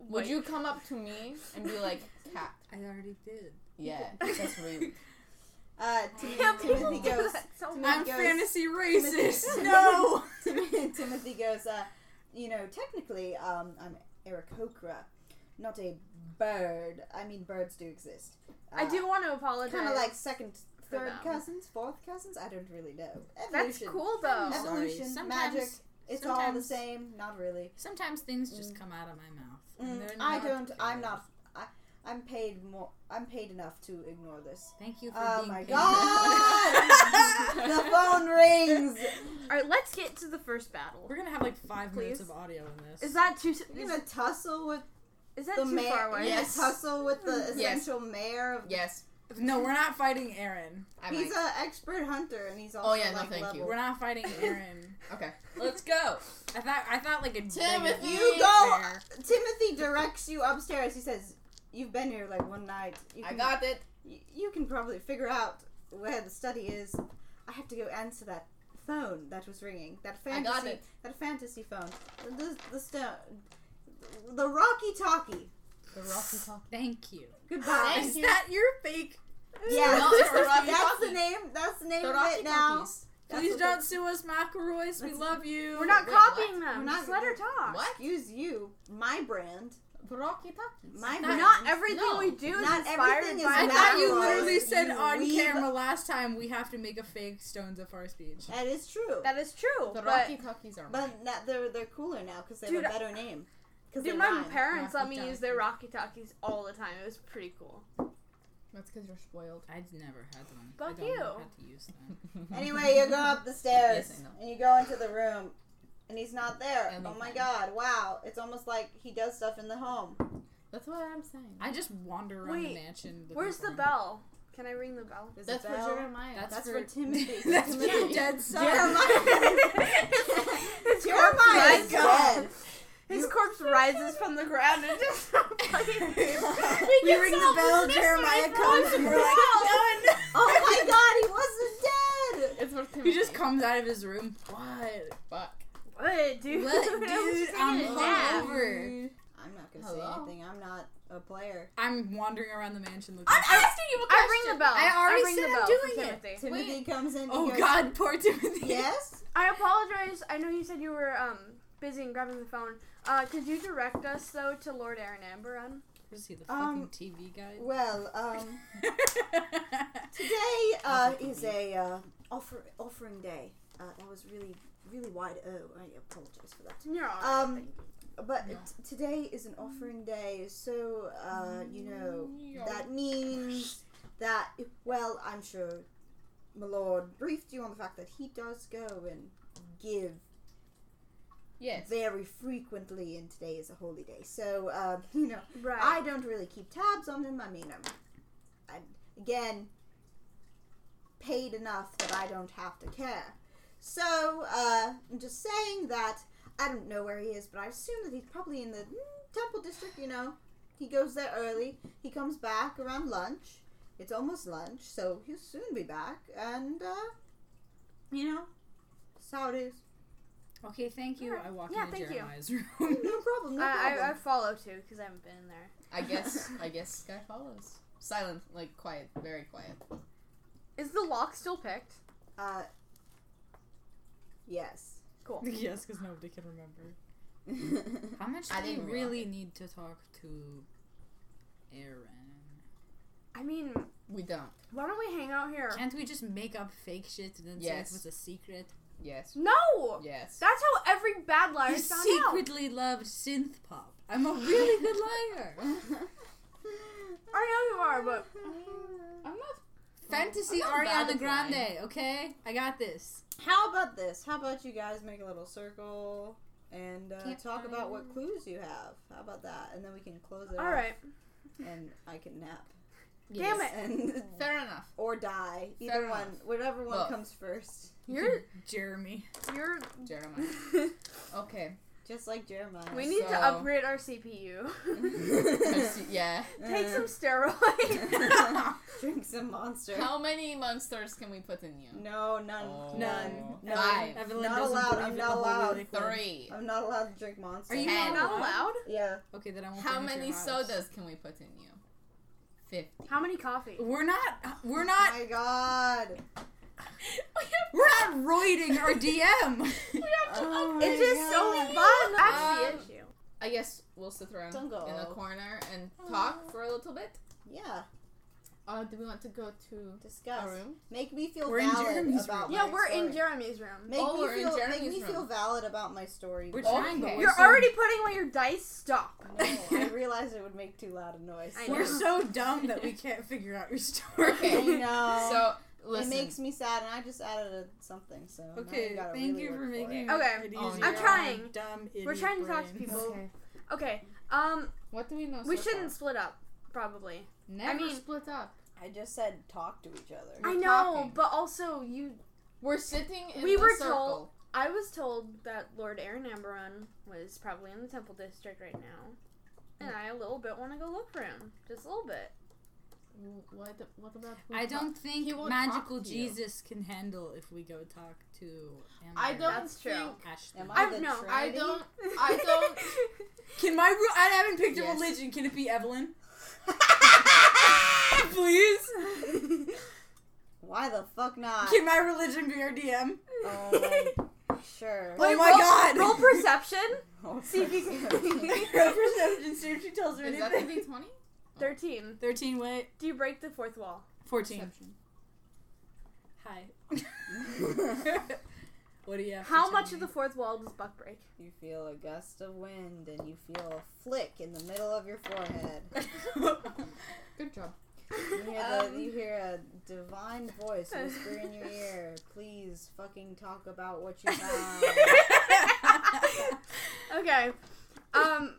Would Wait. you come up to me and be like, cat? I already did. Yeah, that's rude. Uh, Tim- Yeah, people Timothy do goes, that so Timothy much. I'm goes- fantasy racist. Timothy- no. Tim- Timothy goes, uh, you know, technically, um, I'm Eric Okra, not a bird. I mean, birds do exist. Uh, I do want to apologize. Kind of like second, for third them. cousins, fourth cousins? I don't really know. That's Evolution. cool though. I'm sorry. Evolution, Sometimes- magic, it's all the sometimes- same. Not really. Sometimes things Mm. just come out of my mouth. and Mm, they're I not don't. I'm good. not. I, I'm paid more. I'm paid enough to ignore this. Thank you for Oh being. my paid. god! the phone rings. All right, let's get to the first battle. We're gonna have like five minutes Please. of audio in this. Is that too? Is, You're gonna tussle with is that the too mayor. far away? Yeah. Yes. Yes. Tussle with the Yes. essential mayor of. yes, no? We're not fighting Aaron. I might. He's an expert hunter, and he's also yeah, no, like thank level. you. We're not fighting Aaron. Okay, let's go. I thought I thought like a Timothy! You go. There. Timothy directs you upstairs. He says, "You've been here like one night. You I got it. You, you can probably figure out where the study is. I have to go answer that phone that was ringing. That I fantasy. got it. That fantasy phone. The the stone. The Rocky Talkie. The Rocky Talkie. Thank you. Goodbye. Thank Is you. that your fake? Yeah, No, it's the Rocky that's the Talkie. name. That's the name The of Rocky it now. Talkies. That's Please what don't they- sue us, McElroys. We love you. We're not Wait, what? copying them. We're not- Just let her talk. What? Excuse you. My brand. The Rocky Talkies. My Not- brand. Not everything No. we do is Not inspired everything is by I thought you literally McElroys, said you on weeb. camera last time we have to make a fake Stones of Our Speech. that is true. That is true. The but- Rocky Talkies are mine. but that, they're they're cooler now because they Dude, have a better name. Because Dude, my parents let Rocky me use Talkies. their Rocky Talkies all the time. It was pretty cool. That's because you're spoiled. I've never had one. Fuck you. to use them. Anyway, you go up the stairs Yes, I know. and you go into the room, and he's not there. And oh we my can. god! Wow, it's almost like he does stuff in the home. That's what I'm saying. I just wander around Wait, the mansion. looking Where's the for him. bell? Can I ring the bell? There's a That's for bell. Jeremiah. That's- That's for- for Timothy. That's Yeah. your dead son. His Jeremiah corpse is rises- dead. His corpse rises from the ground and just We ring the bell, Jeremiah comes, and we're like, Oh my god, he wasn't dead. It's It's worth He just comes out of his room. What? Fuck. What, dude? What, dude? I'm taking a nap. hungover. I'm not gonna Hello? say anything. I'm not a player. I'm wandering around the mansion looking. I'm asking you a question. I ring the bell. I already ring said the I'm bell doing for it. Timothy. Timothy comes in. he oh goes, God, poor Timothy. Yes. I apologize. I know you said you were um busy and grabbing the phone. Uh, could you direct us though to Lord Aaron Amberon? Was he the fucking Um, TV guy? Well, um, today uh, is a uh, offer offering day. Uh, that was really really wide. Oh, I apologize for that. You're all right, Um, thank you. But t- today is an offering day, so uh, you know that means that well, I'm sure my lord briefed you on the fact that he does go and give Yes. very frequently, and today is a holy day. So um, you know, right. I don't really keep tabs on him. I mean, I'm, I'm again paid enough that I don't have to care. So uh, I'm just saying that I don't know where he is, but I assume that he's probably in the mm, temple district. You know, he goes there early. He comes back around lunch. It's almost lunch, so he'll soon be back. And uh, you know, that's how it is. okay, thank you. I walk Yeah, into thank you. Jeremiah's No room. problem. No I, I, I problem. follow too because I haven't been in there. I guess. I guess Sky follows. Silent, like quiet, very quiet. Is the lock still picked? Uh, yes. Cool. yes, because nobody can remember. How much I do we didn't realize really it. need to talk to Aaron? I mean, We don't. why don't we hang out here? Can't we just make up fake shit and then Yes. say it was a secret? Yes. No. Yes. That's how every bad liar I is found out. secretly loved synth pop. I'm a really good liar. I know you are, but I'm not. Fantasy I'm not bad Ariana at Grande, lying. okay? I got this. How about this? How about you guys make a little circle and uh, Can't talk find about what clues you have? How about that? And then we can close it. all off right. And I can nap Damn it. and Fair enough. or die. Either Fair one, enough. whatever one Both. comes first. You're Jeremy. you're. Jeremiah. Okay. Just like Jeremiah. we need So- to upgrade our CPU. yeah. Take some steroids. Drink some monster. How many monsters can we put in you? No, none, Oh. none, No. none. Five. Evelyn Not doesn't allowed, believe I'm in not the holy allowed. liquid. Three. I'm not allowed to drink monster. Are you Ten. Not allowed. Yeah. Okay, then I won't. How bring it to many your house. sodas can we put in you? Fifty. How many coffee? Oh We're not. We're Oh not. my god. We're not roiding our DM. Oh my It's just so God. fun. That's Um, the issue. I guess we'll sit around Don't go. in a corner and talk for a little bit. Yeah. Uh, do we want to go to Discuss. a room? Make me feel We're in valid Jeremy's about room. my Yeah, we're in story. Jeremy's room. Make Oh, me we're in feel Jeremy's make me room. feel valid about my story. We're though. Oh, trying, but okay. we're You're so- already putting away your dice. Stop. No, I realized it would make too loud a noise. I We're know. so dumb that we can't figure out your story. I Okay. know. Um, So it listen. makes me sad, and I just added a, something. So now Okay, you gotta thank really you work for making It. Okay, it I'm easier on trying. Dumb We're idiot trying to talk to brains. people. Okay. Um, What do we know? we so Far? shouldn't split up. Probably. Never mean- split up. I just said talk to each other. We're I know, talking. but also you. We're sitting in We a were circle. told- I was told that Lord Aaron Amberon was probably in the Temple District right now, and I a little bit want to go look for him, just a little bit. W- What, what about who I talk- don't think He won't magical talk to you. Jesus can handle if we go talk to. Amber. I don't That's true. think Ashley. Am I I the know, Trinity? I don't I don't Can my rule? I haven't picked Yes. a religion. Can it be Evelyn? Please. Why the fuck not? Can my religion be our DM? Oh, my- sure. oh Wait, my roll- god. Roll perception. See if you Roll perception. See if she tells her Is that the anything. D twenty? Thirteen. Thirteen. Wait. Do you break the fourth wall? Fourteen. Hi. what do you have? How to much tell of the me? fourth wall does Buck break? You feel a gust of wind, and you feel a flick in the middle of your forehead. Good job. You hear, the, Um. you hear a divine voice whisper in your ear, please fucking talk about what you found. Okay. Um.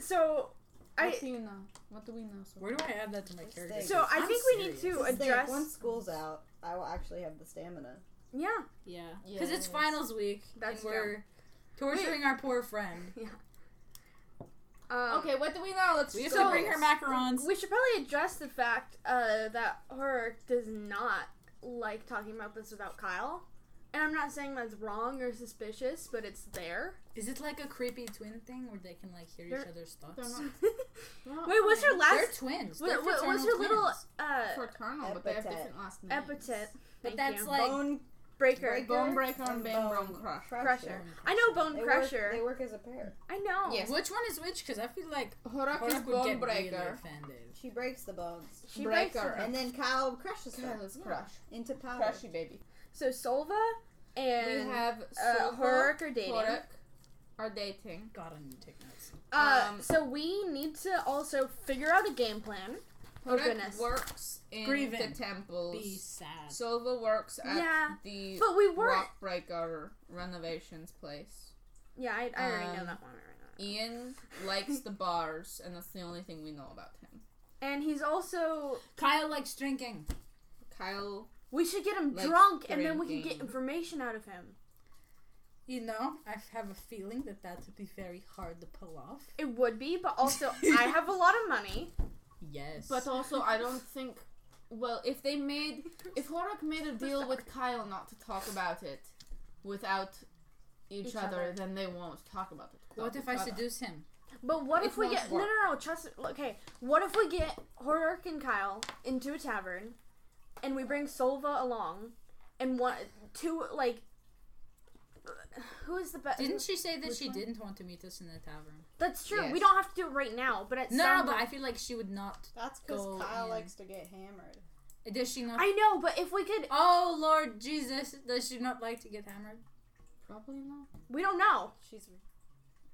So I. do you know? What do we know so Where do I add that to my Let's character? think. So I I'm think we need serious. to Just think, address. once school's out, I will actually have the stamina. Yeah. Yeah, Yeah, because it it's is. finals week That's and we're torturing our poor friend. Um, Okay, what do we know? Let's We have go. to bring her macarons. We should probably address the fact uh, that horror does not like talking about this without Kyle. I'm not saying that's wrong or suspicious, but it's there. Is it like a creepy twin thing where they can like hear each They're- other's thoughts? They're They're, not- Wait, what's your last? twins. What, They're what, what's fraternal your twins. little uh, Fraternal, but they have Epithet. different last names. epithet? Thank But that's you. like Bone breaker. Breaker. Bone breaker and and bone, bone crush. Crusher. I know bone They work, crusher. they work as a pair. I know. Yes. Which one is which? Because I feel like Horak is Horak would bone get really breaker. offended. She breaks the bones. She breaks breaker. And then Kyle crushes her Kyle's crush. into powder. Crushy baby. So Solva and we have uh, Solva, Horak are dating. Horak are dating. God, I need to take notes. Uh, Um, so we need to also figure out a game plan. Oh, Horak goodness. works in Grieving. the temples. Be sad. Silva works at Yeah, the But we weren't. rock breaker renovations place. Yeah, I, I already know Um, that one. I already know that one. Ian likes the bars, and that's the only thing we know about him. And he's also. Kyle likes drinking. Kyle, We should get him Like drunk, and then we can get drinking. information out of him. You know, I have a feeling that that would be very hard to pull off. It would be, but also I have a lot of money. Yes. but also I don't think. Well, if they made, if Horak made a deal with Kyle not to talk about it, without each, Each other, other. then they won't talk about it. what Talk if I about it. seduce him? But what It if we won't get no, work. no, no? Trust. Okay, what if we get Horak and Kyle into a tavern, and we bring Solva along, and one, two, like, who is the best? Didn't she say that Which she one? didn't want to meet us in the tavern? That's true. We Yes. don't have to do it right now, but at No, some no, but I point- feel like she would not. That's because Go Kyle in. likes to get hammered. Does she not? I know. But if we could, Oh Lord Jesus! Does she not like to get hammered? Probably not. we don't know. She's.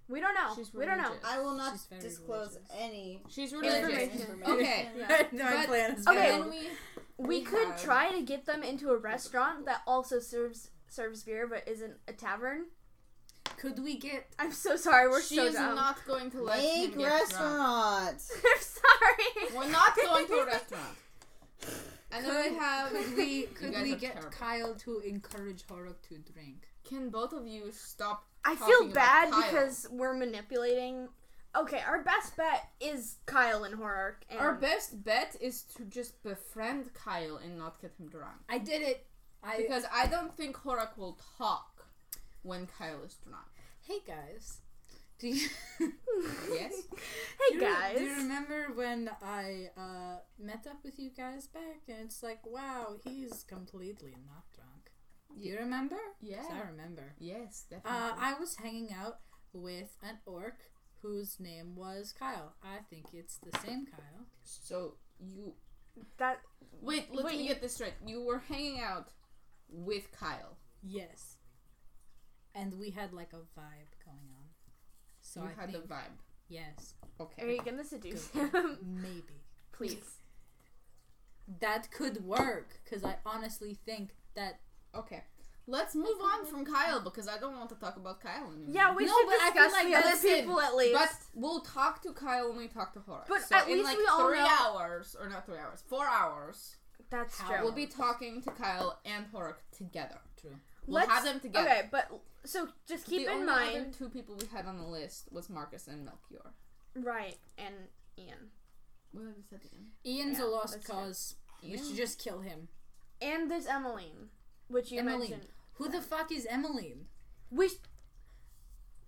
We don't know. She's we don't know. religious. I will not She's very disclose religious. any She's Information. religious. Okay. Yeah. My But- plan is And Okay. then we We, We could have- try to get them into a restaurant that also serves serves beer but isn't a tavern. Could we get? I'm so sorry. We're she so is dumb. not going to let Make him get drunk. restaurant. I'm sorry. We're not going to a restaurant. And then we have. Could we? Could guys we are get terrible. Kyle to encourage Horok to drink? Can both of you stop? I talking feel about bad Kyle? because we're manipulating. Okay, our best bet is Kyle and Horror. And Our best bet is to just befriend Kyle and not get him drunk. I did it. I Because I don't think Horak will talk when Kyle is drunk. hey guys, do you? Yes? Hey do you- guys. do you remember when I uh, met up with you guys back and it's like, wow, he's completely not drunk. Do you remember? 'Cause I remember. Yes, definitely. Uh, I was hanging out with an orc whose name was Kyle. I think it's the same Kyle. so you that wait. Let Wait, me you- get this straight. You were hanging out with Kyle. Yes. And we had like a vibe going on. So you I had think, the vibe. yes, are Okay. you gonna seduce him? maybe Please. that could work because I honestly think that Okay. Let's move on from Kyle because I don't want to talk about Kyle anymore. Yeah, we No, should but I feel discuss like- the other Listen, people at least. But we'll talk to Kyle when we talk to Horace. But so at in least like we all three know- hours or not three hours, four hours, That's How true. we'll be talking to Kyle and Horak together. true. We'll Let's- have them together. Okay, but so just keep the in only mind other two people we had on the list was Marcus and Melchior. Right, and Ian. What did I say again? Ian's Yeah, a lost that's true. cause. We should just kill him. And there's Emmeline, which you Emmeline. mentioned. Who the fuck is Emmeline? We sh-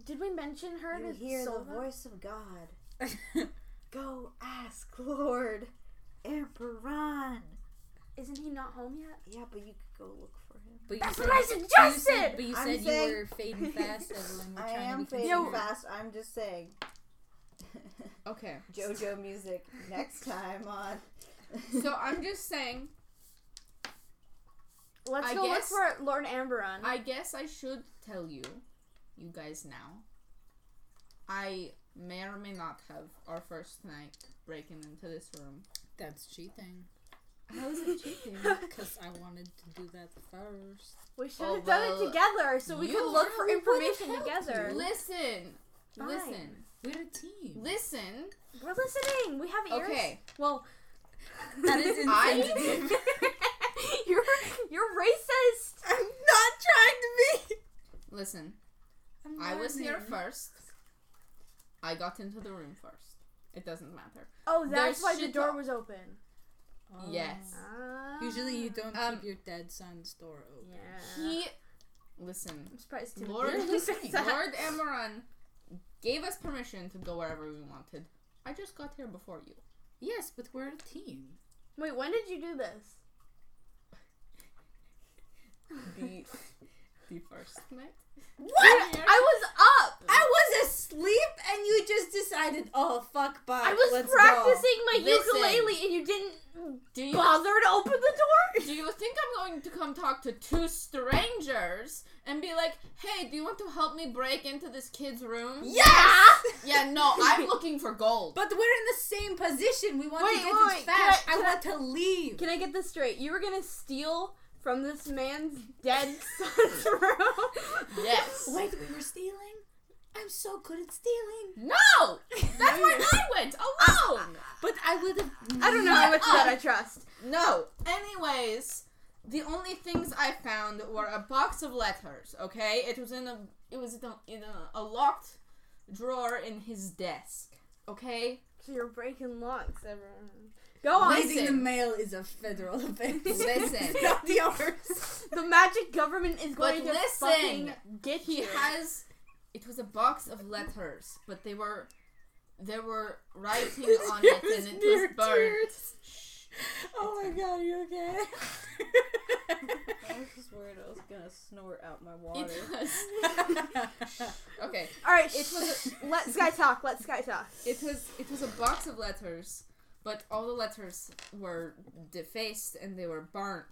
did we mention her? You to hear the Silva? voice of God. Go ask Lord Emperor. Isn't he not home yet? Yeah, but you could go look for him. But you That's said- what I you suggested! said, but you I'm said saying- you were fading fast, Evelyn. We're I trying am to be fading Yo. considerate. fast. I'm just saying. Okay. JoJo music next time on. So I'm just saying, Let's I go guess- look for Lord Amberon. I guess I should tell you, you guys now. I may or may not have our first night breaking into this room. That's cheating. How is it cheating? Because I wanted to do that first. we should Oh, have done well, it together, so we you could look for literally would've information together. Listen, Fine. listen, We're a team. listen. We're listening. We have ears. Okay, Well, That is I- insensitive. you're you're racist. I'm not trying to be. listen. I'm I not was here being- first. I got into the room first. It doesn't matter. Oh, There's that's why the shit door o- was open. Oh. Yes. Ah. Usually you don't Um, keep your dead son's door open. Yeah. He listen, I'm surprised Timothy Lord, didn't say that. Lord Amaran gave us permission to go wherever we wanted. I just got here before you. Yes, but we're a team. Wait, when did you do this? The, the first night. What? I was up. I was asleep and you just decided, oh fuck, bye. I was let's Go. practicing my Listen. ukulele, and you didn't Do you bother to open the door. do you think I'm going to come talk to two strangers and be like, "Hey, do you want to help me break into this kid's room?" Yes. Yeah, no, I'm looking for gold. But we're in the same position. We want Wait, to get wait, can it fast. I- I, can want to leave. Can I get this straight? You were gonna steal from this man's dead son's room. yes. Wait, we were stealing. I'm so good at stealing. No, that's where I went alone. But I would have. I don't know how much of that I trust. No. Anyways, the only things I found were a box of letters. Okay, it was in a it was in a, in a, a locked drawer in his desk. Okay. So you're breaking locks, everyone. Go on. Listen. Raising the mail is a federal offense. Listen. It's not yours. The magic government is But going to listen, fucking get He you. has. It was a box of letters, but they were there were writing on it, and it was burned. Oh my god, are you okay? I was just worried I was gonna snort out my water. It was okay. All right, It was a, let Sky talk. Let Sky talk. it was it was a box of letters, but all the letters were defaced and they were burnt.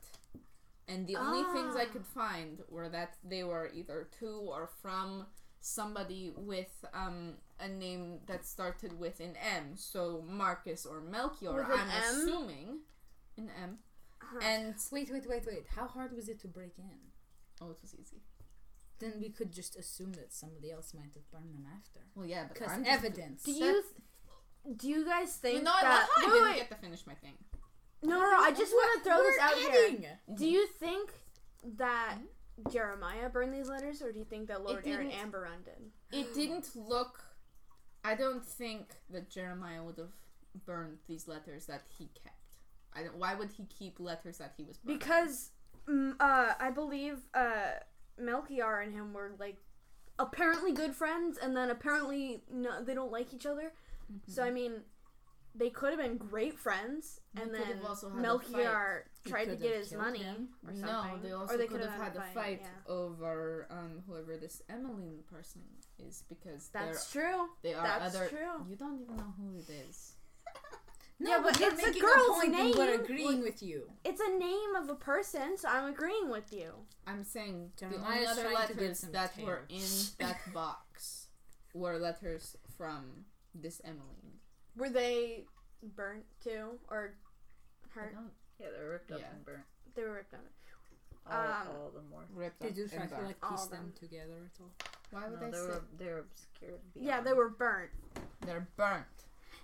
And the only things Ah. I could find were that they were either to or from somebody with um, a name that started with an M, so Marcus or Melchior. With an I'm M? Uh-huh. assuming an M. And wait, wait, wait, wait. How hard was it to break in? oh, it was easy. Then we could just assume that somebody else might have burned them after. Well, yeah, but Because I'm just- evidence. Do you do you guys think You know, I that? love how I wait, didn't wait. get to finish my thing. no, no, no. I just want to throw this out here. here. Do you think that Jeremiah burned these letters, or do you think that Lord Aaron didn't. Amberon did? It didn't look. I don't think that Jeremiah would have burned these letters that he kept. I don't, why would he keep letters that he was burning? Because mm, uh, I believe uh, Melchior and him were like apparently good friends, and then apparently no, they don't like each other. So I mean, they could have been great friends, and Mm-hmm. They could then have also had a Melchior tried to could get have his killed money him. or something. no, they also or they could have had a fight, yeah. over um, whoever this Emmeline person is because That's true. there they are That's other. true. You don't even know who it is. No, Yeah, but but you're it's a making girl's point and name. we're agreeing with you. It's a name of a person, so I'm agreeing with you. I'm saying the Jeremiah's only other trying to give letters some that were in tales. that box were letters from this Emmeline. Were they burnt too, or I hurt? don't yeah, they're ripped up Yeah. and burnt. They were ripped on it. All, Um, all of them were. ripped Did up you and try to burned. like All piece of them them. together at all? Why would No, I they say were they were obscured. Yeah, beyond. they were burnt. They're burnt.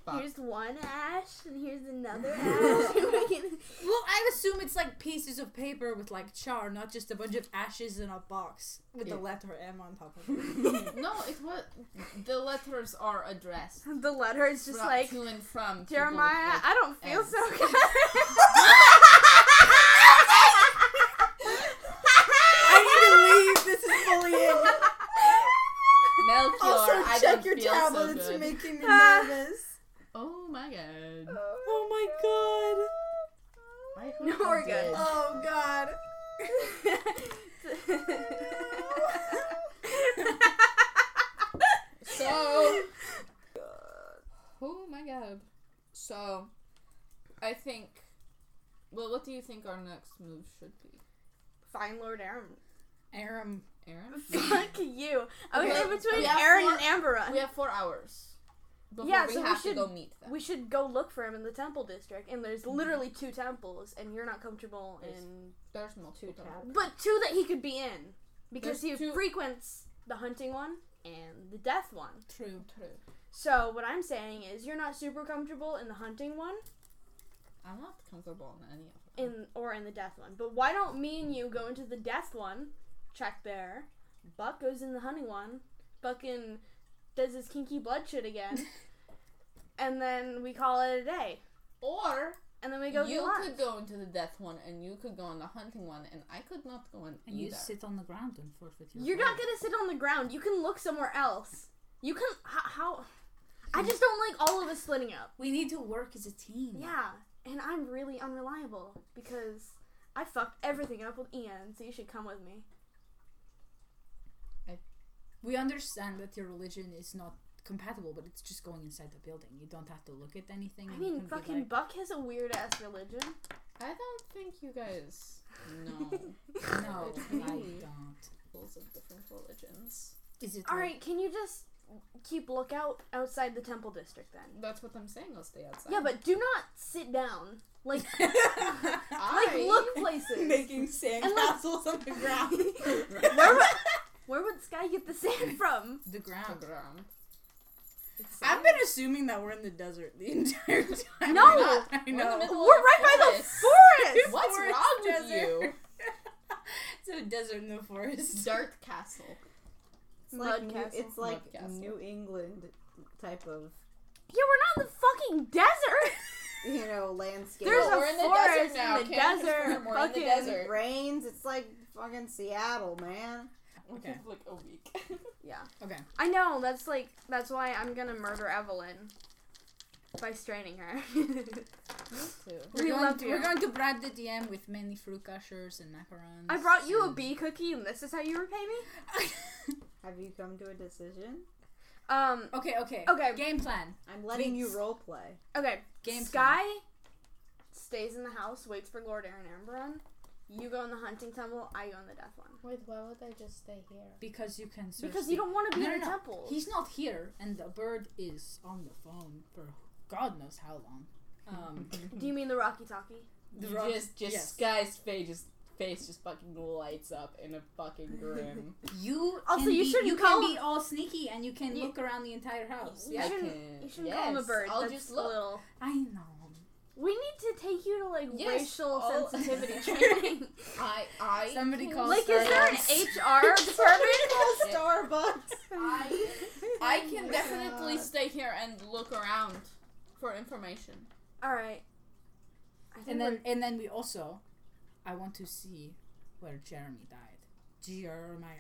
But Here's one ash, and here's another ash. and we can- Well, I assume it's like pieces of paper with like char, not just a bunch of ashes in a box with Yeah. the letter M on top of it. no, it was the letters are addressed. the letter is just from- like to and from people with, Jeremiah. like, I don't feel ends. so good. I need to leave. This is bullying. Melchior. I don't feel so good. making me Ah. Oh my god. Oh my god. I hope No, you we're did. good. Oh god. So. Oh my god. So, I think. Well, what do you think our next move should be, Fine, Lord Aaron. Aram. Aaron? Fuck you. I was Okay, in between we have Aaron four- and uh, Amberon. We have four hours before Yeah, we so we have should- to go meet them. we should go look for him in the temple district, and there's literally two temples, and you're not comfortable There's in. There's Oh. multiple. tabs. But two that he could be in. Because There's he two- frequents the hunting one and the death one. True. True. So, what I'm saying is, you're not super comfortable in the hunting one I'm not comfortable in any of them. in or in the death one. But why don't me and you go into the death one, check there. Buck goes in the hunting one. Fucking does his kinky blood shit again. and then we call it a day. Or and then we go you get lunch. could go into the death one, and you could go on the hunting one, and I could not go in And either. you sit on the ground and flirt with your. You're not friend. gonna sit on the ground. You can look somewhere else. You can h- how? Hmm. I just don't like all of us splitting up. We need to work as a team. Yeah, and I'm really unreliable because I fucked everything up with Ian. So you should come with me. We understand that your religion is not compatible, but it's just going inside the building. You don't have to look at anything. I and you mean, can be fucking like- Buck has a weird ass religion. I don't think you guys know No, It's I me. don't. peoples of different religions. Is it All like- right, can you just keep lookout outside the temple district then? That's what I'm saying. I'll stay outside. Yeah, but do not sit down. Like, I like look places. Making And, like- sandcastles on the ground. where would where would Sky get the sand from? the ground? Instagram. It's I've been assuming that we're in the desert the entire time. No! We're not. I in the know. middle We're of right by the forest. forest. What's forest wrong with desert. you? It's a desert in the forest. Dirt castle. It's like, New, Mudcastle. it's like Mudcastle. New England type of, Yeah, we're not in the fucking desert. you know, landscape. There's Well, a we're in the desert forest now. in the Can't desert, confirm We're in the fucking- it desert. rains. It's like fucking Seattle, man. Okay. Like a week. Yeah. Okay. I know. That's like that's why I'm gonna murder Evelyn by straining her. We're, We going, love to, you. we're going to bribe the DM with many fruit gushers and macarons. I brought you a bee cookie, and this is how you repay me. Have you come to a decision? Um. okay, okay. Okay. Game plan. I'm letting you Please. role play. Okay. Game Sky stays in the house, waits for Lord Aaron Amberon. You go in the hunting temple. I go in the death one. Wait, why would I just stay here? Because you can search. Because you the- don't want to be No, no, in the no. temple. He's not here, and the bird is on the phone for God knows how long. Um, Do you mean the Rocky Talkie? The rock- just, just yes. Sky's face just, face just fucking lights up in a fucking grin. you Also, can you be, shouldn't you call- can be all sneaky and you can You- look around the entire house. You I Yeah, shouldn't. can- You shouldn't call him a yes, bird. I'll That's just a look. little. I know. We need to take you to like Yes, racial I'll- sensitivity training. I, I. Somebody can- call like, is there an HR department? Starbucks. I, I can my definitely God. stay here and look around for information. All right. I think And we're- then and then we also, I want to see where Jeremy died. Jeremiah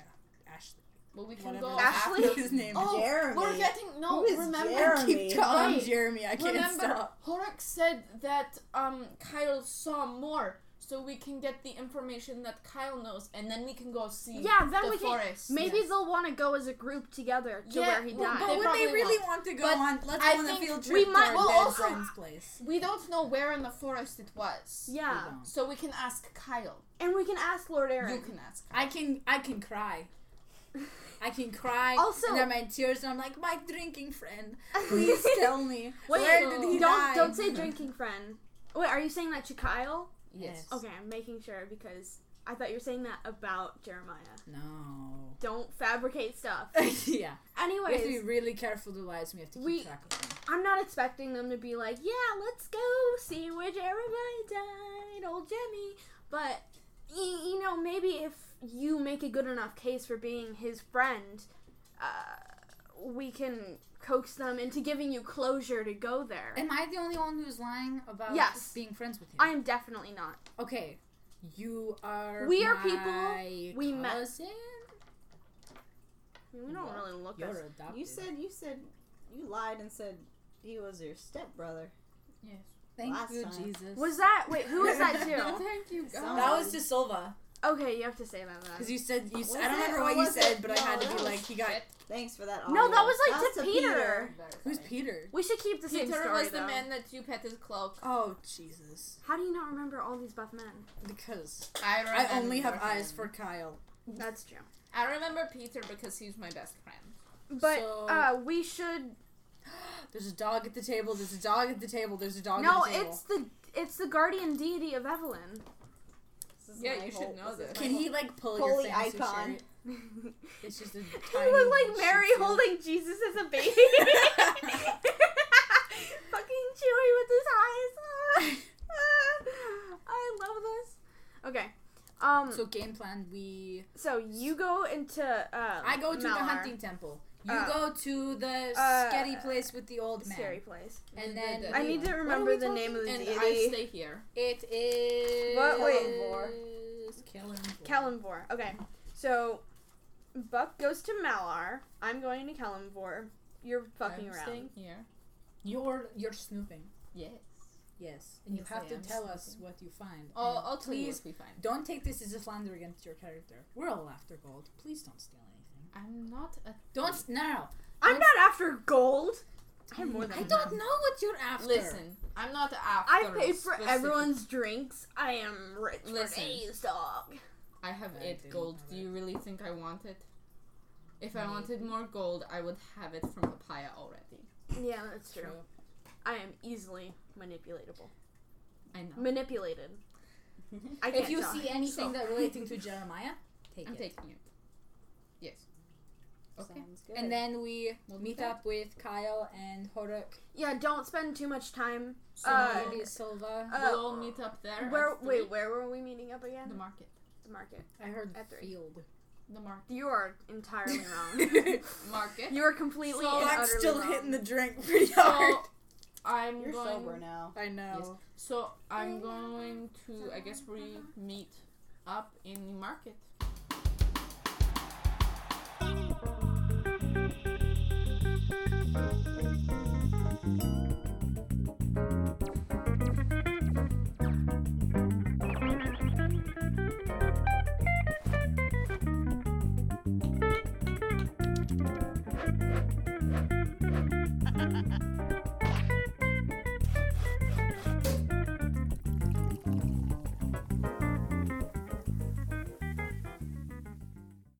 Ashley. Well, we can Whatever go the after. Ashley? fuck his name. is. Oh, Jeremy. We're getting no. Who is remember, Jeremy? I keep calling Wait. Jeremy. I can't remember, stop. Horak said that um Kyle saw more, so we can get the information that Kyle knows, and then we can go see yeah, then the we can. forest. Maybe Yes. they'll want to go as a group together to Yeah, where he well, died. but But They would probably they really won't. want to go But on? Let's I go on a think field we trip to might- our well, dead also- friend's place. we don't know where in the forest it was. yeah, We don't. So we can ask Kyle. and we can ask Lord Aaron. You can ask. Kyle. I can I can cry. I can cry. Also- and there are my tears, and I'm like, my drinking friend, please tell me Wait, where did he don't die? don't say drinking friend. Wait, are you saying that to Kyle? Yes. Okay, I'm making sure because I thought you were saying that about Jeremiah. No. Don't fabricate stuff. yeah, we have to be Anyways, really careful. The lies we have to keep We- track of. Them. I'm not expecting them to be like, yeah, let's go see where Jeremiah died, old Jemmy. But, y- you know, maybe if you make a good enough case for being his friend, uh, we can coax them into giving you closure to go there. Am I the only one who's lying about Yes. being friends with him? I am definitely not. okay. You are. We are people my we met. cousin? I mean, we don't What? really look You're as. adopted. You said you said you lied and said he was your stepbrother. Thank last you, time. Jesus. Was that. Wait, who was that No, to? thank you, Some- God. that was to Silva? Okay, you have to say that then. Because you said you. s Was I don't it remember or what you was it- said, but I no, had to that be like, he got. Thanks for that. No, audio. that was like That's to Peter. Who's Peter? We should keep the same Peter story was the though. man that you pet his cloak. Oh Jesus! How do you not remember all these buff men? Because I, I only have remember eyes him. for Kyle. That's true. I remember Peter because he's my best friend. But So- uh, we should. There's a dog at the table. There's a dog at the table. There's a dog. No, at the table. it's the it's the guardian deity of Evelyn. This is Yeah, my you should whole- know this is this. my Can whole- he like pull Holy your face icon. icon? It's just a. You you look like Mary holding Jesus as a baby. Fucking Chewy with his eyes. I love this. Okay. Um. So So, game plan. We you go into. Um, I go to the Malar. hunting temple. You Oh, Uh, go to the uh, scary place with the old man. Scary place. And then The I need to dead remember the name of one. the And deity. I stay here. it is. What- wait. Kalimvor. Kalimvor. Okay. So Buck goes to Malar. I'm going to Kalimvor. You're fucking I'm around. staying here. You're you're snooping. Yes. Yes, and you Yes, I have to am Oh, tell us what you find. I'll, And I'll tell you please what we find. Don't take this as a slander against your character. We're all after gold. Please don't steal anything. I'm not a. Don't no. I'm not after gold. I'm more than I enough. don't know what you're after. Listen, I'm not after. I paid for specific- everyone's drinks. I am rich Listen. for days, dog. I have I eight didn't gold. have Do it. you really think I want it? If I wanted more gold, I would have it from Papaya already. Yeah, that's true. True. I am easily manipulatable. I know. Manipulated. I can't If you talk, see so- anything that relating to Jeremiah, take I'm it. taking it. Yes. Okay. Sounds good. And then we We'll do meet that. up with Kyle and Horuk, yeah, don't spend too much time. Uh, Somalia, Silva. uh, we'll all meet up there. Where? at Wait, three. where were we meeting up again? The market. The market. I heard at three. field. The market. You are entirely wrong. Market. You are completely So and I'm utterly still wrong. hitting the drink pretty hard. So I'm You're going. sober now. I know. So I'm going to. I guess we meet up in the market.